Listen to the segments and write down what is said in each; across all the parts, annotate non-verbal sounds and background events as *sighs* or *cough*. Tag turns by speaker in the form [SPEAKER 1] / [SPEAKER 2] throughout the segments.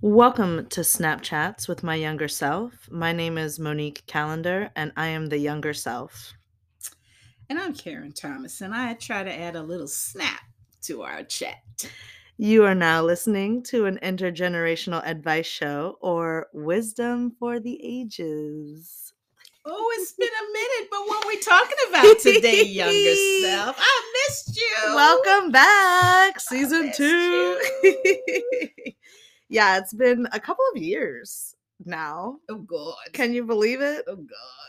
[SPEAKER 1] Welcome to Snapchats with my younger self. My name is Monique Calendar, and I am the younger self.
[SPEAKER 2] And I'm Karen Thomas, and I try to add a little snap to our chat.
[SPEAKER 1] You are now listening to an intergenerational advice show or Wisdom for the Ages.
[SPEAKER 2] Oh, it's been a minute, but what are we talking about
[SPEAKER 1] *laughs*
[SPEAKER 2] today, younger self? I missed you.
[SPEAKER 1] Welcome back,
[SPEAKER 2] I
[SPEAKER 1] season
[SPEAKER 2] missed
[SPEAKER 1] two.
[SPEAKER 2] Ah, you.
[SPEAKER 1] *laughs* yeah, it's been a couple of years now.
[SPEAKER 2] Oh God.
[SPEAKER 1] Can you believe it?
[SPEAKER 2] oh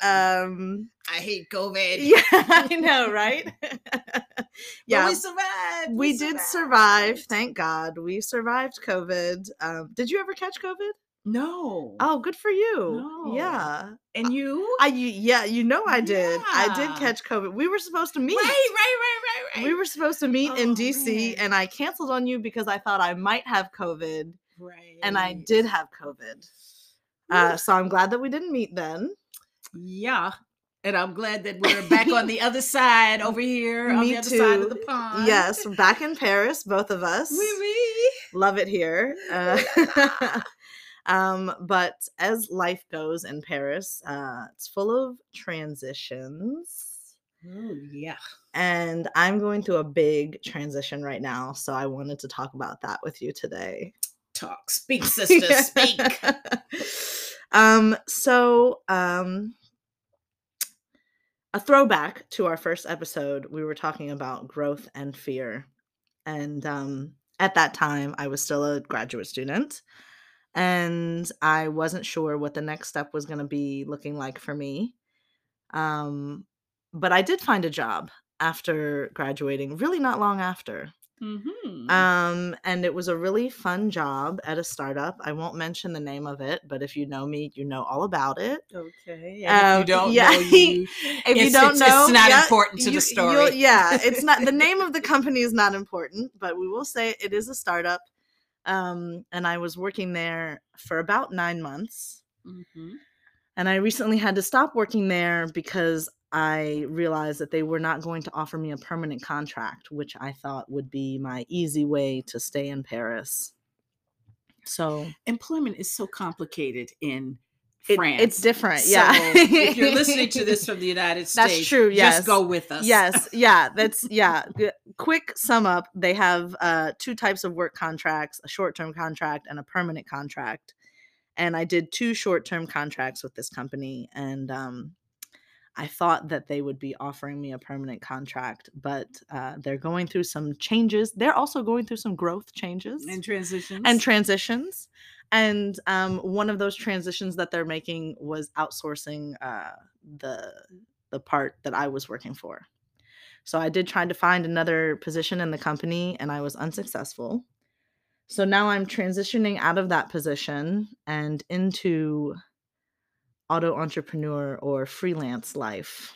[SPEAKER 2] God.
[SPEAKER 1] Um,
[SPEAKER 2] I hate COVID.
[SPEAKER 1] *laughs* yeah, I know, right? *laughs*
[SPEAKER 2] But
[SPEAKER 1] yeah,
[SPEAKER 2] we survived.
[SPEAKER 1] we did survive thank god we survived covid um, did you ever catch covid
[SPEAKER 2] No.
[SPEAKER 1] oh good for you yeah
[SPEAKER 2] No. and you?
[SPEAKER 1] i you, yeah you know i did i did
[SPEAKER 2] Yeah.
[SPEAKER 1] catch covid we were supposed to meet
[SPEAKER 2] Right, right, right, right, right.
[SPEAKER 1] we were supposed to meet
[SPEAKER 2] Oh,
[SPEAKER 1] in dc
[SPEAKER 2] man.
[SPEAKER 1] and i canceled on you because i thought i might have covid
[SPEAKER 2] right.
[SPEAKER 1] and i did have covid uh, so i'm glad that we didn't meet then
[SPEAKER 2] Yeah. And I'm glad that we're back
[SPEAKER 1] *laughs*
[SPEAKER 2] on the other side over here, on
[SPEAKER 1] Me
[SPEAKER 2] the other side
[SPEAKER 1] too.
[SPEAKER 2] of the pond.
[SPEAKER 1] yes back in paris both of us
[SPEAKER 2] Wee wee.
[SPEAKER 1] love it here. Uh, *laughs* um, but as life goes in Paris, uh, it's full of transitions.
[SPEAKER 2] Oh, yeah.
[SPEAKER 1] And I'm going through a big transition right now. So I wanted to talk about that with you today.
[SPEAKER 2] Talk. *laughs* Speak, sister, speak.
[SPEAKER 1] *laughs* um, so um, a throwback to our first episode, we were talking about growth and fear. And um, at that time, I was still a graduate student and I wasn't sure what the next step was going to be looking like for me. Um, but I did find a job after graduating, really not long after.
[SPEAKER 2] Mm-hmm.
[SPEAKER 1] Um, and it was a really fun job at a startup. I won't mention the name of it, but if you know me, you know all about it.
[SPEAKER 2] okay.
[SPEAKER 1] and if you um, don't yeah, know
[SPEAKER 2] *laughs*
[SPEAKER 1] you- If you
[SPEAKER 2] It's-
[SPEAKER 1] don't
[SPEAKER 2] it's-
[SPEAKER 1] know,
[SPEAKER 2] it's not
[SPEAKER 1] yeah,
[SPEAKER 2] important to the
[SPEAKER 1] you- you'll-
[SPEAKER 2] story.
[SPEAKER 1] Yeah, it's not *laughs* the name
[SPEAKER 2] *laughs*
[SPEAKER 1] of the company is not important, but we will say it is a startup. Um, and I was working there for about nine months, and I recently had to stop working there because I realized that they were not going to offer me a permanent contract, which I thought would be my easy way to stay in Paris. So
[SPEAKER 2] Employment is so complicated in
[SPEAKER 1] it-
[SPEAKER 2] France.
[SPEAKER 1] it's different. Yeah.
[SPEAKER 2] So if you're listening
[SPEAKER 1] *laughs*
[SPEAKER 2] to this uh, from the United
[SPEAKER 1] That's
[SPEAKER 2] States,
[SPEAKER 1] true, yes.
[SPEAKER 2] just go with us.
[SPEAKER 1] Yes, yeah, that's yeah. g- Quick sum up: they have uh, two types of work contracts, a short-term contract and a permanent contract. And I did two short-term contracts with this company, and um, I thought that they would be offering me a permanent contract, but uh, they're going through some changes. They're also going through some growth changes
[SPEAKER 2] And transitions.
[SPEAKER 1] and transitions. And um, one of those transitions that they're making was outsourcing uh, the the part that I was working for. So I did try to find another position in the company, and I was unsuccessful. So now I'm transitioning out of that position and into auto entrepreneur or freelance life.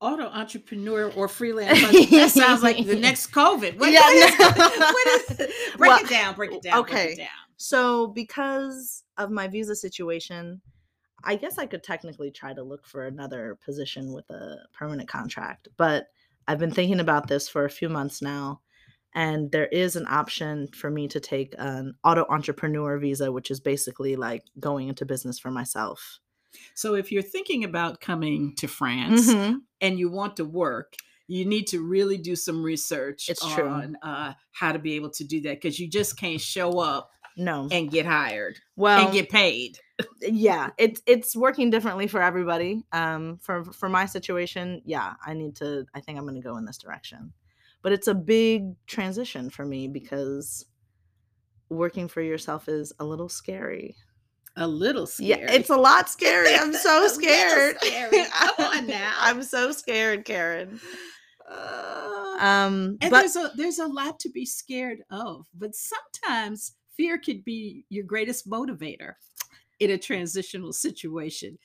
[SPEAKER 2] Auto entrepreneur
[SPEAKER 1] *laughs*
[SPEAKER 2] or freelance. that sounds like the next COVID. What,
[SPEAKER 1] Yeah,
[SPEAKER 2] what is- *laughs*
[SPEAKER 1] no.
[SPEAKER 2] what is-
[SPEAKER 1] *laughs*
[SPEAKER 2] break
[SPEAKER 1] Well,
[SPEAKER 2] it down, break it down,
[SPEAKER 1] okay.
[SPEAKER 2] break it down.
[SPEAKER 1] So, because of my visa situation, I guess I could technically try to look for another position with a permanent contract, but I've been thinking about this for a few months now. And there is an option for me to take an auto entrepreneur visa, which is basically like going into business for myself.
[SPEAKER 2] So if you're thinking about coming to France
[SPEAKER 1] Mm-hmm.
[SPEAKER 2] and you want to work, you need to really do some research
[SPEAKER 1] It's true.
[SPEAKER 2] on uh, how to be able to do that because you just can't show up
[SPEAKER 1] No.
[SPEAKER 2] and get hired
[SPEAKER 1] Well,
[SPEAKER 2] and get paid.
[SPEAKER 1] yeah it's it's working differently for everybody um for for my situation yeah i need to i think i'm going to go in this direction but it's a big transition for me because working for yourself is a little scary
[SPEAKER 2] A little scary.
[SPEAKER 1] yeah it's a lot scary i'm
[SPEAKER 2] A *laughs*
[SPEAKER 1] so
[SPEAKER 2] little
[SPEAKER 1] scared
[SPEAKER 2] scary. Come
[SPEAKER 1] *laughs*
[SPEAKER 2] on now.
[SPEAKER 1] i'm so scared karen
[SPEAKER 2] Uh,
[SPEAKER 1] um
[SPEAKER 2] and
[SPEAKER 1] but
[SPEAKER 2] there's a there's a lot to be scared of, but sometimes fear could be your greatest motivator in a transitional situation.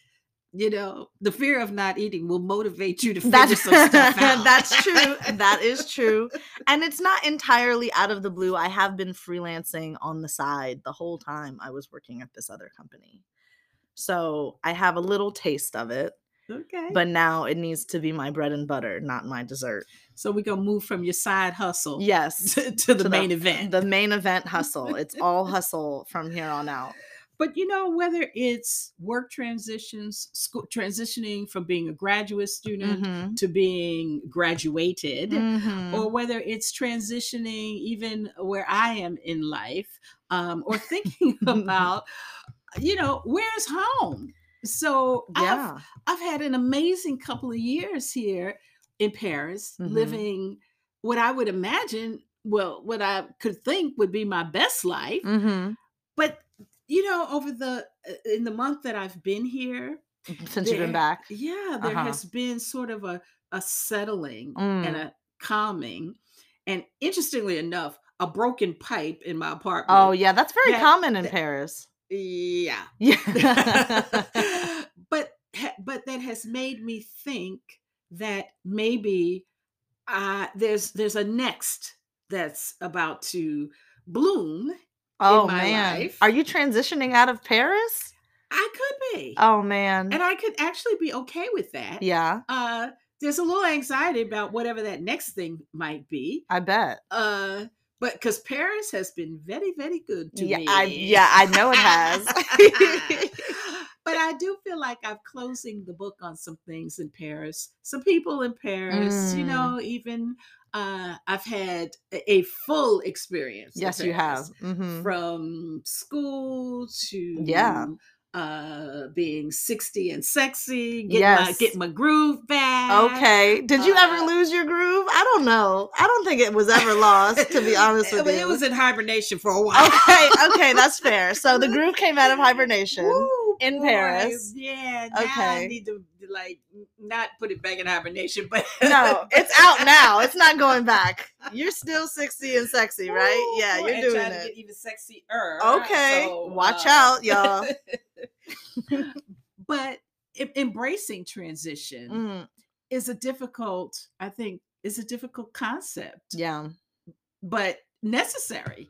[SPEAKER 2] You know, the fear of not eating will motivate you to figure
[SPEAKER 1] that's,
[SPEAKER 2] some stuff
[SPEAKER 1] *laughs*
[SPEAKER 2] out.
[SPEAKER 1] that's true
[SPEAKER 2] *laughs*
[SPEAKER 1] that is true and it's not entirely out of the blue i have been freelancing on the side the whole time i was working at this other company so i have a little taste of it
[SPEAKER 2] Okay.
[SPEAKER 1] But now it needs to be my bread and butter, not my dessert.
[SPEAKER 2] so we're gonna move from your side hustle
[SPEAKER 1] Yes.
[SPEAKER 2] *laughs* to, to the
[SPEAKER 1] to the-
[SPEAKER 2] main
[SPEAKER 1] *laughs*
[SPEAKER 2] event.
[SPEAKER 1] the main event hustle. It's all hustle from here on out.
[SPEAKER 2] but you know, whether it's work transitions, school transitioning from being a graduate student
[SPEAKER 1] Mhm.
[SPEAKER 2] to being graduated.
[SPEAKER 1] Mhm.
[SPEAKER 2] or whether it's transitioning even where I am in life, um,
[SPEAKER 1] *laughs*
[SPEAKER 2] or thinking *laughs* about, you know, where's home? So
[SPEAKER 1] yeah.
[SPEAKER 2] I've, I've had an amazing couple of years here in Paris,
[SPEAKER 1] Mhm.
[SPEAKER 2] living what I would imagine, well, what I could think would be my best life.
[SPEAKER 1] Mhm.
[SPEAKER 2] But, you know, over the, uh, in the month that I've been here,
[SPEAKER 1] Since you've been
[SPEAKER 2] there-
[SPEAKER 1] back.
[SPEAKER 2] yeah, there
[SPEAKER 1] Uh-huh.
[SPEAKER 2] has been sort of a, a settling and
[SPEAKER 1] Mm.
[SPEAKER 2] a calming. And interestingly enough, a broken pipe in my apartment.
[SPEAKER 1] Oh yeah, that's very
[SPEAKER 2] Yeah,
[SPEAKER 1] common in
[SPEAKER 2] that- *laughs*
[SPEAKER 1] Paris.
[SPEAKER 2] yeah.
[SPEAKER 1] *laughs* Yeah.
[SPEAKER 2] but ha- but that has made me think that maybe uh, there's there's a next that's about to bloom.
[SPEAKER 1] oh
[SPEAKER 2] my
[SPEAKER 1] man.
[SPEAKER 2] life.
[SPEAKER 1] Are you transitioning out of Paris?
[SPEAKER 2] I could be,
[SPEAKER 1] Oh man.
[SPEAKER 2] and I could actually be okay with that.
[SPEAKER 1] yeah,
[SPEAKER 2] Uh, there's a little anxiety about whatever that next thing might be.
[SPEAKER 1] I bet.
[SPEAKER 2] uh but because paris has been very very good to
[SPEAKER 1] yeah,
[SPEAKER 2] me
[SPEAKER 1] I yeah, I know it *laughs* has.
[SPEAKER 2] *laughs* but i do feel like i'm closing the book on some things in paris some people in paris you
[SPEAKER 1] Mm.
[SPEAKER 2] know even uh i've had a, a full experience in
[SPEAKER 1] yes, you have.
[SPEAKER 2] Paris,
[SPEAKER 1] Mhm.
[SPEAKER 2] from school to
[SPEAKER 1] Yeah.
[SPEAKER 2] uh being 60 and sexy get my
[SPEAKER 1] Yes.
[SPEAKER 2] get my groove back
[SPEAKER 1] Okay. Did you
[SPEAKER 2] uh,
[SPEAKER 1] ever lose your groove? I don't know. I don't think it was ever lost, to
[SPEAKER 2] *laughs*
[SPEAKER 1] be honest with
[SPEAKER 2] But
[SPEAKER 1] you.
[SPEAKER 2] It
[SPEAKER 1] *laughs*
[SPEAKER 2] was in hibernation for a while.
[SPEAKER 1] okay,
[SPEAKER 2] *laughs*
[SPEAKER 1] okay, that's fair. So the groove came out of hibernation.
[SPEAKER 2] Woo,
[SPEAKER 1] in
[SPEAKER 2] boy,
[SPEAKER 1] Paris.
[SPEAKER 2] Yeah, now I
[SPEAKER 1] Okay.
[SPEAKER 2] need to like not put it back in hibernation, but *laughs*
[SPEAKER 1] No, it's out now. It's not going back. You're still 60 and sexy, right?
[SPEAKER 2] Woo,
[SPEAKER 1] Yeah,
[SPEAKER 2] boy,
[SPEAKER 1] you're
[SPEAKER 2] and
[SPEAKER 1] doing
[SPEAKER 2] trying To
[SPEAKER 1] it.
[SPEAKER 2] get even sexier.
[SPEAKER 1] Okay,
[SPEAKER 2] so,
[SPEAKER 1] watch
[SPEAKER 2] uh,
[SPEAKER 1] out, y'all.
[SPEAKER 2] *laughs* But em- embracing transition
[SPEAKER 1] Mm,
[SPEAKER 2] is a difficult. I think is a difficult concept,
[SPEAKER 1] yeah.
[SPEAKER 2] but necessary.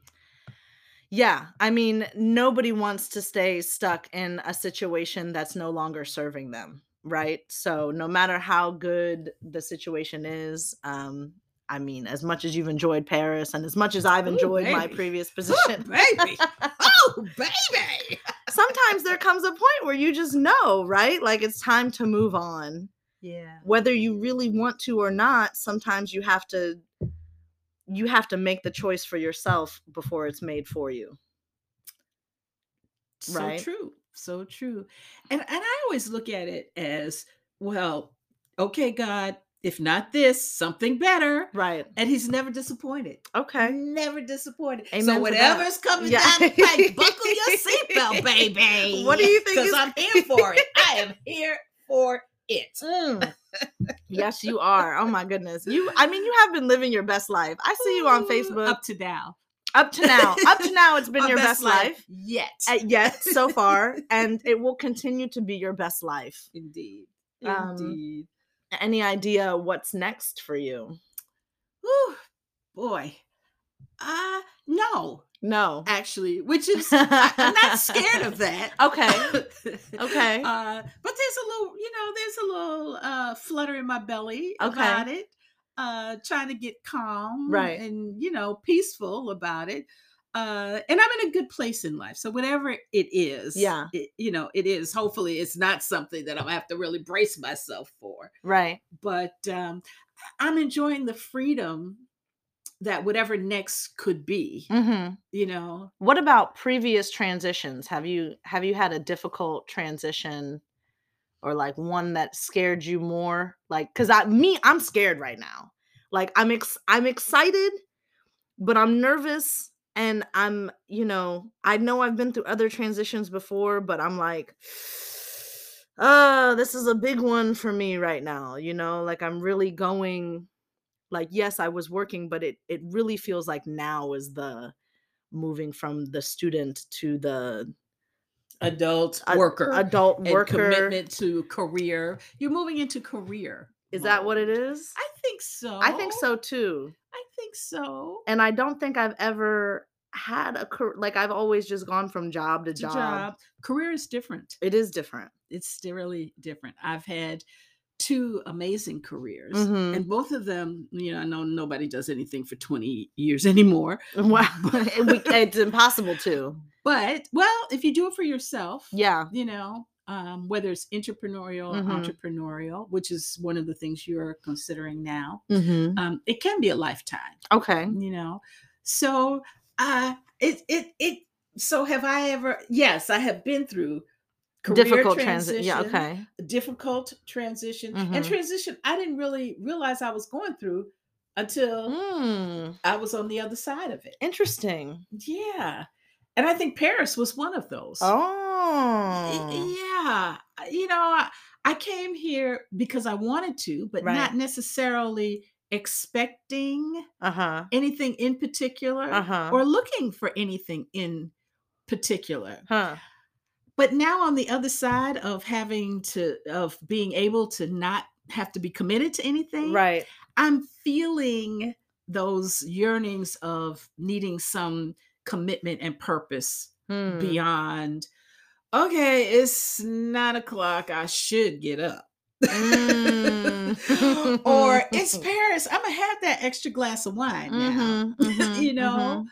[SPEAKER 1] Yeah, I mean, nobody wants to stay stuck in a situation that's no longer serving them, right? So, no matter how good the situation is, um, I mean, as much as you've enjoyed Paris and as much as I've
[SPEAKER 2] Ooh,
[SPEAKER 1] enjoyed my
[SPEAKER 2] baby.
[SPEAKER 1] previous
[SPEAKER 2] *laughs* Ooh,
[SPEAKER 1] position, *laughs*
[SPEAKER 2] baby. oh, baby.
[SPEAKER 1] sometimes there comes a point where you just know, right? Like it's time to move on.
[SPEAKER 2] Yeah.
[SPEAKER 1] Whether you really want to or not, sometimes you have to you have to make the choice for yourself before it's made for you.
[SPEAKER 2] So
[SPEAKER 1] right?
[SPEAKER 2] true. So true. And and I always look at it as, well, okay, God, if not this, something better.
[SPEAKER 1] Right.
[SPEAKER 2] And he's never disappointed.
[SPEAKER 1] Okay.
[SPEAKER 2] Never disappointed.
[SPEAKER 1] Amen to
[SPEAKER 2] so
[SPEAKER 1] that.
[SPEAKER 2] whatever's coming
[SPEAKER 1] Yeah.
[SPEAKER 2] down the pipe, buckle your seatbelt, baby.
[SPEAKER 1] *laughs* What do you think
[SPEAKER 2] Because
[SPEAKER 1] is-
[SPEAKER 2] I'm here for it. I am here for it.
[SPEAKER 1] Mm. yes, you are. Oh my goodness. You I mean you have been living your best life. I see you on
[SPEAKER 2] Ooh,
[SPEAKER 1] Facebook up,
[SPEAKER 2] Up to now.
[SPEAKER 1] to now. Up to now it's *laughs* been
[SPEAKER 2] Our
[SPEAKER 1] your best, life.
[SPEAKER 2] Yet.
[SPEAKER 1] Uh, yes, so *laughs* far and it will continue to be your best life.
[SPEAKER 2] Indeed.
[SPEAKER 1] Um,
[SPEAKER 2] Indeed.
[SPEAKER 1] Any idea what's next for you?
[SPEAKER 2] Ooh, boy. Uh no.
[SPEAKER 1] No.
[SPEAKER 2] actually, which is
[SPEAKER 1] *laughs*
[SPEAKER 2] I, am not scared of that.
[SPEAKER 1] Okay.
[SPEAKER 2] *laughs*
[SPEAKER 1] Okay.
[SPEAKER 2] Uh, but there's a little, you know, there's a little uh, flutter in my belly
[SPEAKER 1] Okay.
[SPEAKER 2] about it. Uh, trying to get calm,
[SPEAKER 1] Right.
[SPEAKER 2] and you know, peaceful about it. Uh, and I'm in a good place in life, so whatever it is,
[SPEAKER 1] Yeah.
[SPEAKER 2] it, you know, it is. Hopefully, it's not something that I'm gonna have to really brace myself for.
[SPEAKER 1] Right.
[SPEAKER 2] But um, I'm enjoying the freedom that whatever next could be.
[SPEAKER 1] Mm-hmm.
[SPEAKER 2] You know,
[SPEAKER 1] What about previous transitions? Have you have you had a difficult transition or like one that scared you more? Like cuz I me I'm scared right now. Like I'm ex- I'm excited, but I'm nervous and I'm, you know, I know I've been through other transitions before, but I'm like *sighs* oh, this is a big one for me right now, you know? Like I'm really going like yes i was working but it it really feels like now is the moving from the student to the
[SPEAKER 2] adult
[SPEAKER 1] Ad-
[SPEAKER 2] worker
[SPEAKER 1] adult
[SPEAKER 2] and
[SPEAKER 1] worker
[SPEAKER 2] commitment to career you're moving into career
[SPEAKER 1] is that what it
[SPEAKER 2] mode.
[SPEAKER 1] is
[SPEAKER 2] i think so
[SPEAKER 1] i think so too
[SPEAKER 2] i think so
[SPEAKER 1] and i don't think i've ever had a career like I've always just gone from job to
[SPEAKER 2] It's a
[SPEAKER 1] job.
[SPEAKER 2] Career is different.
[SPEAKER 1] It is different.
[SPEAKER 2] It's still really different. I've had two amazing careers,
[SPEAKER 1] Mhm. *laughs*
[SPEAKER 2] and both of them, you know, I know nobody does anything for 20 years *laughs* anymore,
[SPEAKER 1] Wow. *laughs* And we- it's impossible to.
[SPEAKER 2] but well, if you do it for yourself,
[SPEAKER 1] Yeah.
[SPEAKER 2] you know, um, whether it's entrepreneurial,
[SPEAKER 1] Mhm.
[SPEAKER 2] entrepreneurial, which is one of the things you're considering now,
[SPEAKER 1] Mm-hmm.
[SPEAKER 2] um, it can be a lifetime.
[SPEAKER 1] Okay.
[SPEAKER 2] you know so uh it it it so have i ever yes i have been through career
[SPEAKER 1] Difficult transition. Yeah. Okay.
[SPEAKER 2] difficult transition
[SPEAKER 1] Mhm.
[SPEAKER 2] and transition i didn't really realize i was going through until
[SPEAKER 1] Mm,
[SPEAKER 2] i was on the other side of it
[SPEAKER 1] interesting.
[SPEAKER 2] yeah and i think paris was one of those Y-
[SPEAKER 1] Oh.
[SPEAKER 2] yeah I- you know I, I came here because i wanted to but
[SPEAKER 1] Right.
[SPEAKER 2] not necessarily expecting
[SPEAKER 1] Uh huh.
[SPEAKER 2] anything in particular
[SPEAKER 1] Uh huh.
[SPEAKER 2] or looking for anything in particular.
[SPEAKER 1] Huh.
[SPEAKER 2] But now on the other side of having to of being able to not have to be committed to anything,
[SPEAKER 1] Right.
[SPEAKER 2] I'm feeling those yearnings of needing some commitment and purpose
[SPEAKER 1] Hmm.
[SPEAKER 2] beyond okay, it's nine o'clock, I should get up. *laughs*
[SPEAKER 1] Mm.
[SPEAKER 2] or
[SPEAKER 1] *laughs*
[SPEAKER 2] it's Paris, I'm gonna have that extra glass of wine now. *laughs*
[SPEAKER 1] Mhm, mhm,
[SPEAKER 2] you
[SPEAKER 1] mhm.
[SPEAKER 2] know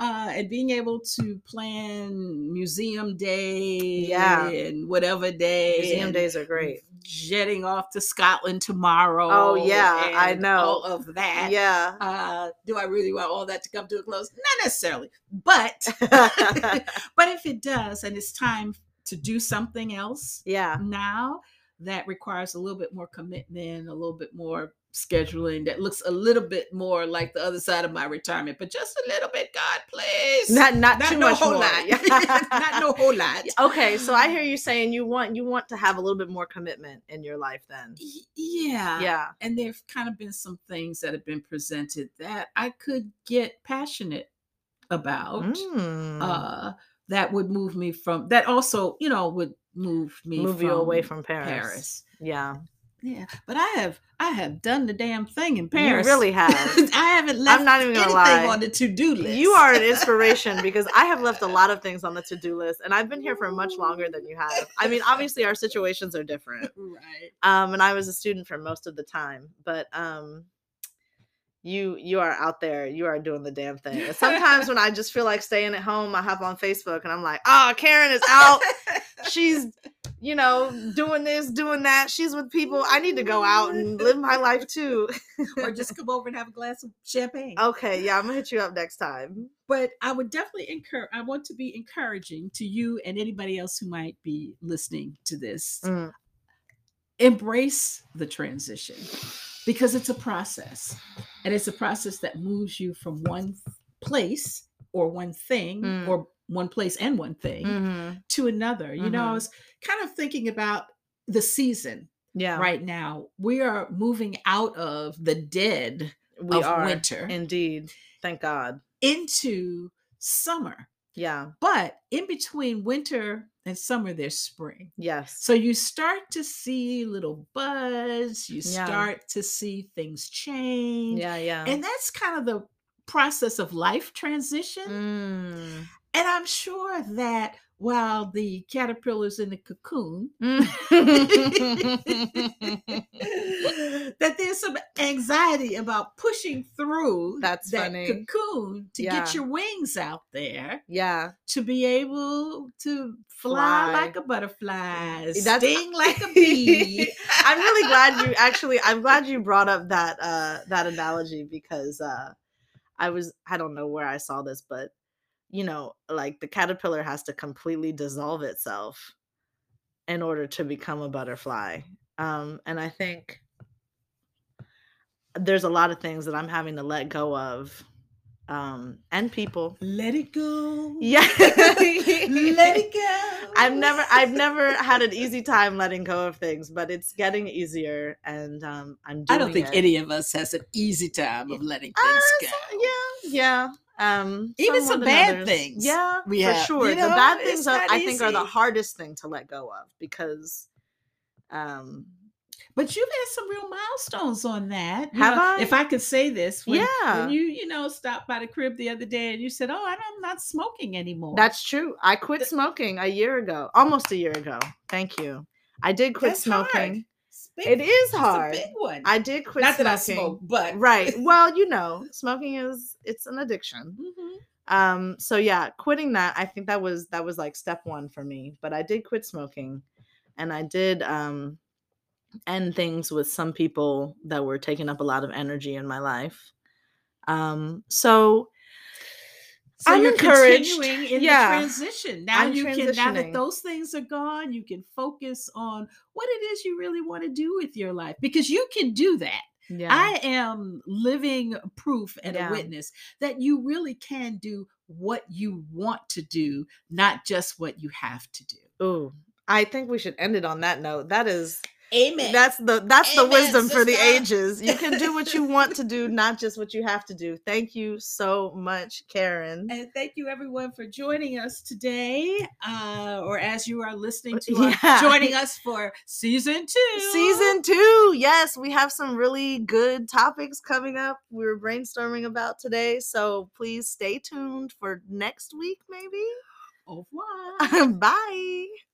[SPEAKER 2] uh, and being able to plan museum day and whatever day
[SPEAKER 1] Museum
[SPEAKER 2] and
[SPEAKER 1] days are great.
[SPEAKER 2] jetting off to scotland tomorrow
[SPEAKER 1] Oh, yeah, I
[SPEAKER 2] and
[SPEAKER 1] know.
[SPEAKER 2] all of that *laughs*
[SPEAKER 1] Yeah.
[SPEAKER 2] uh, do i really want all that to come to a close not necessarily
[SPEAKER 1] *laughs*
[SPEAKER 2] but *laughs* but if it does and it's time to do something else
[SPEAKER 1] yeah.
[SPEAKER 2] now that requires a little bit more commitment, a little bit more scheduling that looks a little bit more like the other side of my retirement, but just a little bit, God, please.
[SPEAKER 1] Not not,
[SPEAKER 2] Not
[SPEAKER 1] too
[SPEAKER 2] no
[SPEAKER 1] much
[SPEAKER 2] whole
[SPEAKER 1] more.
[SPEAKER 2] lot. *laughs*
[SPEAKER 1] Yeah. *laughs*
[SPEAKER 2] Not no whole lot.
[SPEAKER 1] Okay, so I hear you saying you want you want to have a little bit more commitment in your life then.
[SPEAKER 2] Y- Yeah.
[SPEAKER 1] Yeah.
[SPEAKER 2] And there've kind of been some things that have been presented that I could get passionate about.
[SPEAKER 1] Mm.
[SPEAKER 2] Uh that would move me from that also, you know, would move me
[SPEAKER 1] Move
[SPEAKER 2] from
[SPEAKER 1] you away from Paris.
[SPEAKER 2] Paris.
[SPEAKER 1] Yeah.
[SPEAKER 2] Yeah, but I have I have done the damn thing in
[SPEAKER 1] You
[SPEAKER 2] Paris. *laughs*
[SPEAKER 1] really have.
[SPEAKER 2] I haven't left
[SPEAKER 1] not even gonna lie.
[SPEAKER 2] anything on the to do list.
[SPEAKER 1] You are an inspiration because I have left a lot of things on the to-do list and I've been here for much longer than you have. I mean, obviously our situations are different.
[SPEAKER 2] *laughs* right.
[SPEAKER 1] Um and I was a student for most of the time, but um you you are out there. You are doing the damn thing. And sometimes
[SPEAKER 2] *laughs*
[SPEAKER 1] when I just feel like staying at home, I hop on Facebook and I'm like, "Oh, Karen is out. she's you know doing this doing that she's with people i need to go out and live my life
[SPEAKER 2] *laughs*
[SPEAKER 1] too
[SPEAKER 2] *laughs* or just come over and have a glass of champagne.
[SPEAKER 1] okay yeah i'm gonna hit you up next time
[SPEAKER 2] But I would definitely encourage. I want to be encouraging to you and anybody else who might be listening to this.
[SPEAKER 1] Mm.
[SPEAKER 2] Embrace the transition because it's a process, and it's a process that moves you from one place or one thing
[SPEAKER 1] Mm.
[SPEAKER 2] or one place and one thing. to another. You know, I
[SPEAKER 1] Mhm.
[SPEAKER 2] was kind of thinking about the season
[SPEAKER 1] yeah
[SPEAKER 2] right now. We are moving out of the dead
[SPEAKER 1] we
[SPEAKER 2] of
[SPEAKER 1] are
[SPEAKER 2] winter
[SPEAKER 1] indeed thank god
[SPEAKER 2] into summer.
[SPEAKER 1] yeah
[SPEAKER 2] But in between winter and summer, there's spring.
[SPEAKER 1] yes
[SPEAKER 2] So you start to see little buds, you
[SPEAKER 1] Yeah.
[SPEAKER 2] start to see things change.
[SPEAKER 1] yeah yeah
[SPEAKER 2] And that's kind of the process of life transition.
[SPEAKER 1] Mm.
[SPEAKER 2] And I'm sure that while the caterpillar's in the
[SPEAKER 1] *laughs*
[SPEAKER 2] cocoon,
[SPEAKER 1] Mm.
[SPEAKER 2] *laughs* that there's some anxiety about pushing through
[SPEAKER 1] That's
[SPEAKER 2] that
[SPEAKER 1] funny.
[SPEAKER 2] cocoon to
[SPEAKER 1] Yeah.
[SPEAKER 2] get your wings out there
[SPEAKER 1] *laughs* yeah
[SPEAKER 2] to be able to fly,
[SPEAKER 1] Fly.
[SPEAKER 2] Eh, like a butterfly,
[SPEAKER 1] That's-
[SPEAKER 2] sting like a *laughs* bee.
[SPEAKER 1] I'm really glad you actually I'm glad you brought up that uh that analogy because uh I was I don't know where I saw this but you know like the caterpillar has to completely dissolve itself in order to become a butterfly. Um and I think there's a lot of things that I'm having to let go of um and people.
[SPEAKER 2] Let it go.
[SPEAKER 1] Yeah.
[SPEAKER 2] *laughs* Let it go.
[SPEAKER 1] I've never I've never had an easy time letting go of things, but it's getting easier and um I'm doing
[SPEAKER 2] I don't think
[SPEAKER 1] it.
[SPEAKER 2] any of us has an easy time of letting
[SPEAKER 1] Uh,
[SPEAKER 2] things
[SPEAKER 1] so-
[SPEAKER 2] go.
[SPEAKER 1] yeah, yeah. Um
[SPEAKER 2] Even
[SPEAKER 1] more
[SPEAKER 2] some
[SPEAKER 1] than
[SPEAKER 2] bad things
[SPEAKER 1] Yeah,
[SPEAKER 2] we
[SPEAKER 1] for
[SPEAKER 2] have,
[SPEAKER 1] sure.
[SPEAKER 2] you
[SPEAKER 1] the
[SPEAKER 2] know,
[SPEAKER 1] bad
[SPEAKER 2] it's
[SPEAKER 1] things are,
[SPEAKER 2] not
[SPEAKER 1] I think are the
[SPEAKER 2] easy.
[SPEAKER 1] hardest thing to let go of because um
[SPEAKER 2] But you've had some real milestones on that. You
[SPEAKER 1] Have
[SPEAKER 2] know,
[SPEAKER 1] I?
[SPEAKER 2] If I could say this, when,
[SPEAKER 1] Yeah.
[SPEAKER 2] when you you know stopped by the crib the other day and you said, "Oh, I don't- I'm not smoking anymore."
[SPEAKER 1] That's true. I quit
[SPEAKER 2] Th-
[SPEAKER 1] smoking a year ago, almost a year ago. Thank you. I did quit
[SPEAKER 2] That's hard.
[SPEAKER 1] smoking.
[SPEAKER 2] It's big-
[SPEAKER 1] It is
[SPEAKER 2] it's a
[SPEAKER 1] hard.
[SPEAKER 2] big one.
[SPEAKER 1] I did quit
[SPEAKER 2] not
[SPEAKER 1] smoking.
[SPEAKER 2] that I smoke, but *laughs*
[SPEAKER 1] Right. Well, you know, smoking is it's an addiction.
[SPEAKER 2] Mhm.
[SPEAKER 1] Um so yeah, quitting that, I think that was that was like step 1 for me, but I did quit smoking and I did um end things with some people that were taking up a lot of energy in my life. Um so
[SPEAKER 2] So
[SPEAKER 1] I'm
[SPEAKER 2] you're
[SPEAKER 1] encouraged.
[SPEAKER 2] continuing in
[SPEAKER 1] Yeah.
[SPEAKER 2] the transition. Now
[SPEAKER 1] I'm
[SPEAKER 2] you can now that
[SPEAKER 1] transitioning.
[SPEAKER 2] those things are gone, you can focus on what it is you really want to do with your life because you can do that.
[SPEAKER 1] yeah.
[SPEAKER 2] I am living proof and
[SPEAKER 1] Yeah.
[SPEAKER 2] a witness that you really can do what you want to do, not just what you have to do.
[SPEAKER 1] Ooh, I think we should end it on that note. That is
[SPEAKER 2] Amen.
[SPEAKER 1] that's the that's the
[SPEAKER 2] Amen,
[SPEAKER 1] wisdom for the
[SPEAKER 2] sister.
[SPEAKER 1] ages. You can do what you want to do, not just what you have to do. Thank you so much, Karen.
[SPEAKER 2] and thank you everyone for joining us today, uh, or as you are listening
[SPEAKER 1] Uh,
[SPEAKER 2] to our-
[SPEAKER 1] yeah.
[SPEAKER 2] joining us for season two.
[SPEAKER 1] Season two. Yes, we have some really good topics coming up. We were brainstorming about today, so please stay tuned for next week, maybe. *laughs*
[SPEAKER 2] Au revoir.
[SPEAKER 1] Bye.